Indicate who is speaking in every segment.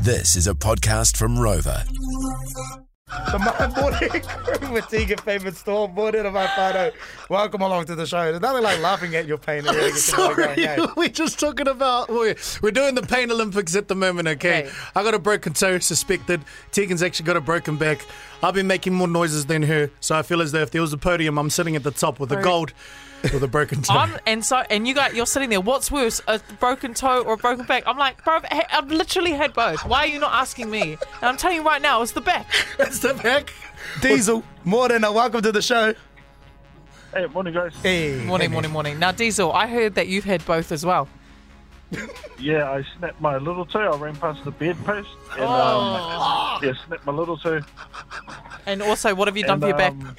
Speaker 1: This is a podcast from Rover.
Speaker 2: Tamaha Mori Matiga favorite store, bought into my photo. Welcome along to the show. There's nothing like laughing at your pain. That really gets you going,
Speaker 3: Sorry,
Speaker 2: eh?
Speaker 3: we're just talking about we're, we're doing the pain Olympics at the moment. Okay,
Speaker 2: Right.
Speaker 3: I got a broken toe suspected. Tegan's actually got a broken back. I've been making more noises than her, so I feel as though if there was a podium, I'm sitting at the top with the gold with a broken toe.
Speaker 4: I'm and so and you got you're sitting there. What's worse, a broken toe or a broken back? I'm like, bro, I- I've literally had both. Why are you not asking me? And I'm telling you right now, it's the back.
Speaker 3: That's the back.
Speaker 2: Diesel, more than a welcome to the show.
Speaker 5: Hey, morning, guys.
Speaker 2: Hey.
Speaker 4: Morning, morning, morning. Now, Diesel, I heard that you've had both as well.
Speaker 5: Yeah, I snapped my little toe. I ran past the bedpost and
Speaker 4: Oh.
Speaker 5: um, yeah, snapped my little toe.
Speaker 4: And also, what have you done
Speaker 5: and,
Speaker 4: for your back?
Speaker 5: um,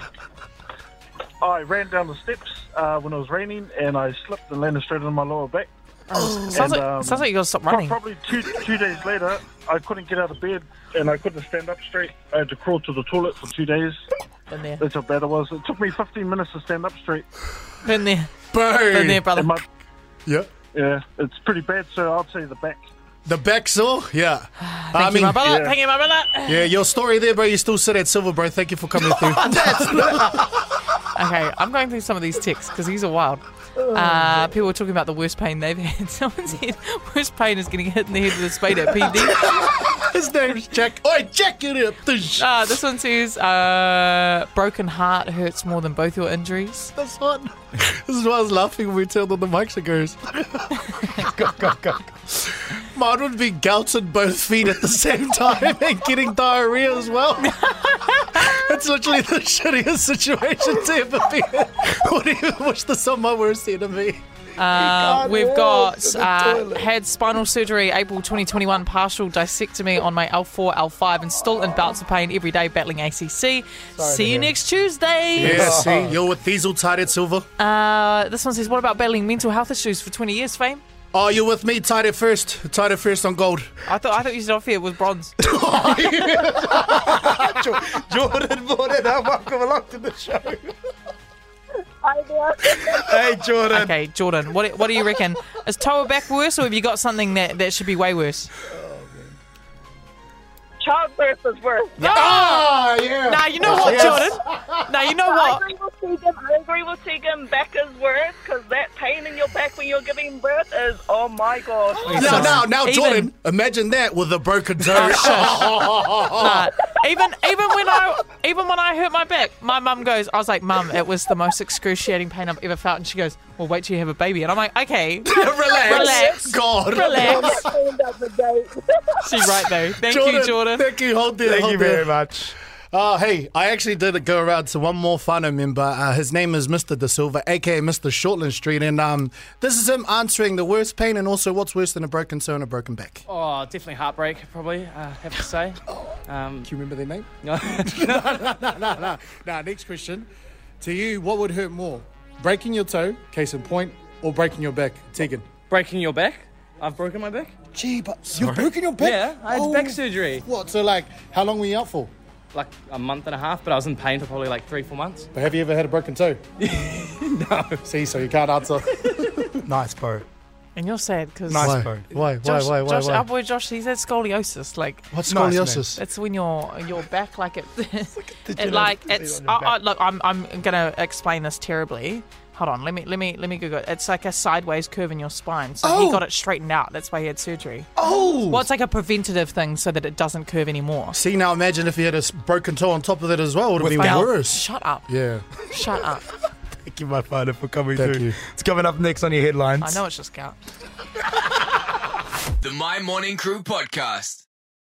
Speaker 5: I ran down the steps uh, when it was raining and I slipped and landed straight on my lower back.
Speaker 4: sounds,
Speaker 5: and,
Speaker 4: like,
Speaker 5: um,
Speaker 4: sounds like you gotta stop
Speaker 5: Pro-
Speaker 4: running.
Speaker 5: Probably two two days later, I couldn't get out of bed and I couldn't stand up straight. I had to crawl to the toilet for two days.
Speaker 4: Been there,
Speaker 5: That's how bad it was. It took me 15 minutes to stand up straight.
Speaker 4: been there, been there,
Speaker 3: Boom.
Speaker 4: brother.
Speaker 5: And my,
Speaker 3: Yeah.
Speaker 5: yeah, it's pretty bad. So I'll tell you the back.
Speaker 3: The back sore. Yeah. I
Speaker 4: Thank you, my brother.
Speaker 5: yeah.
Speaker 4: Thank you, my brother.
Speaker 3: yeah, your story there, bro. You still sit at silver, bro. Thank you for coming through.
Speaker 4: Okay, I'm going through some of these texts because these are wild. Uh, people were talking about the worst pain they've had. Someone said, worst pain is getting hit in the head with a spade at PD.
Speaker 3: His name's Jack. Oi, Jack, get up. The
Speaker 4: Uh, this one says, uh, broken heart hurts more than both your injuries.
Speaker 3: This one. This is why I was laughing when we turned on the mics. It goes.
Speaker 2: Go, go, go.
Speaker 3: Mine would be gouted both feet at the same time and getting diarrhea as well. It's literally the shittiest situation to ever be in. Would even wish the someone were said to me.
Speaker 4: Um, we've
Speaker 2: walk
Speaker 4: got,
Speaker 2: to the
Speaker 4: uh,
Speaker 2: toilet.
Speaker 4: had spinal surgery April 2021, partial dissectomy on my L4, L5, and still in bouts of pain every day battling ACC. See you next Tuesday.
Speaker 3: Yeah, see, you're with Diesel Tied at Silver.
Speaker 4: Uh, this one says, what about battling mental health issues for 20 years, fame?
Speaker 3: Oh, you're with me, Tied at First. Tied at First on gold.
Speaker 4: I thought I thought you said off here it was bronze.
Speaker 2: Jo- Jordan, more than a welcome along to the show.
Speaker 6: Hi there.
Speaker 2: Hey, Jordan.
Speaker 4: Okay, Jordan, what, what do you reckon? Is toe or back worse, or have you got something that, that should be way worse?
Speaker 6: Childbirth is worse.
Speaker 3: Ah, yeah.
Speaker 4: Now, you know what, Jordan? Now, you know
Speaker 6: I
Speaker 4: what?
Speaker 6: agree with Tegan. I agree with Tegan. Back is worse because that pain in your back when you're giving birth is oh my gosh.
Speaker 3: Now, now, now,
Speaker 4: Even-
Speaker 3: Jordan, imagine that with a broken toe.
Speaker 4: Uh, even even when I even when I hurt my back, my mum goes. I was like, "Mum, it was the most excruciating pain I've ever felt." And she goes, "Well, wait till you have a baby." And I'm like, "Okay,
Speaker 3: Relax.
Speaker 4: Relax.
Speaker 3: God.
Speaker 4: relax."
Speaker 6: Stand up the gate.
Speaker 4: She's right though. Thank you, Jordan.
Speaker 3: Thank you. Hold there.
Speaker 2: Thank
Speaker 3: hold
Speaker 2: you
Speaker 3: there.
Speaker 2: very much.
Speaker 3: Oh, hey, I actually did go around to one more whānau member. Uh, his name is Mr. De Silva, aka Mr. Shortland Street. And um, this is him answering the worst pain and also what's worse than a broken toe and a broken back. Do
Speaker 7: Oh, definitely heartbreak, probably, I have to say. Um,
Speaker 3: you remember their name?
Speaker 7: no,
Speaker 3: Now, next question. To you, what would hurt more? Breaking your toe, case in point, or breaking your back? Tegan.
Speaker 7: breaking your back? I've broken my back?
Speaker 3: Gee, but you've broken your back? Oh,
Speaker 7: Yeah, I had back surgery.
Speaker 3: What? So, like, how long were you out for?
Speaker 7: Like a month and a half, but I was in pain for probably like three, four months.
Speaker 3: But have you ever had a broken toe? no. See, so you can't answer.
Speaker 2: Nice, bro.
Speaker 4: And you're sad because
Speaker 2: Nice,
Speaker 3: Why?
Speaker 2: bro.
Speaker 3: Why? Why?
Speaker 4: Josh,
Speaker 3: Why? Why?
Speaker 4: Josh,
Speaker 3: Why?
Speaker 4: our boy Josh, he's had scoliosis. Like
Speaker 3: What's
Speaker 2: Nice, man.
Speaker 3: scoliosis?
Speaker 4: that's when your your back like it, it,
Speaker 2: you know
Speaker 4: like
Speaker 2: the pain
Speaker 4: it's.
Speaker 2: on
Speaker 4: I,
Speaker 2: your
Speaker 4: I,
Speaker 2: back?
Speaker 4: look, I'm I'm gonna explain this terribly. Hold on, let me let me let me Google it. It's like a sideways curve in your spine, so
Speaker 3: Oh.
Speaker 4: he got it straightened out. That's why he had surgery.
Speaker 3: Oh!
Speaker 4: Well, it's like a preventative thing so that it doesn't curve anymore.
Speaker 3: See now, imagine if you had a s- broken toe on top of that as well. It would have been
Speaker 4: Well,
Speaker 3: worse.
Speaker 4: Shut up.
Speaker 3: Yeah.
Speaker 4: Shut up.
Speaker 2: Thank you, my father, for coming
Speaker 3: Thank
Speaker 2: through.
Speaker 3: you.
Speaker 2: It's coming up next on your headlines.
Speaker 4: I know it's just gout.
Speaker 8: The My Morning Crew podcast.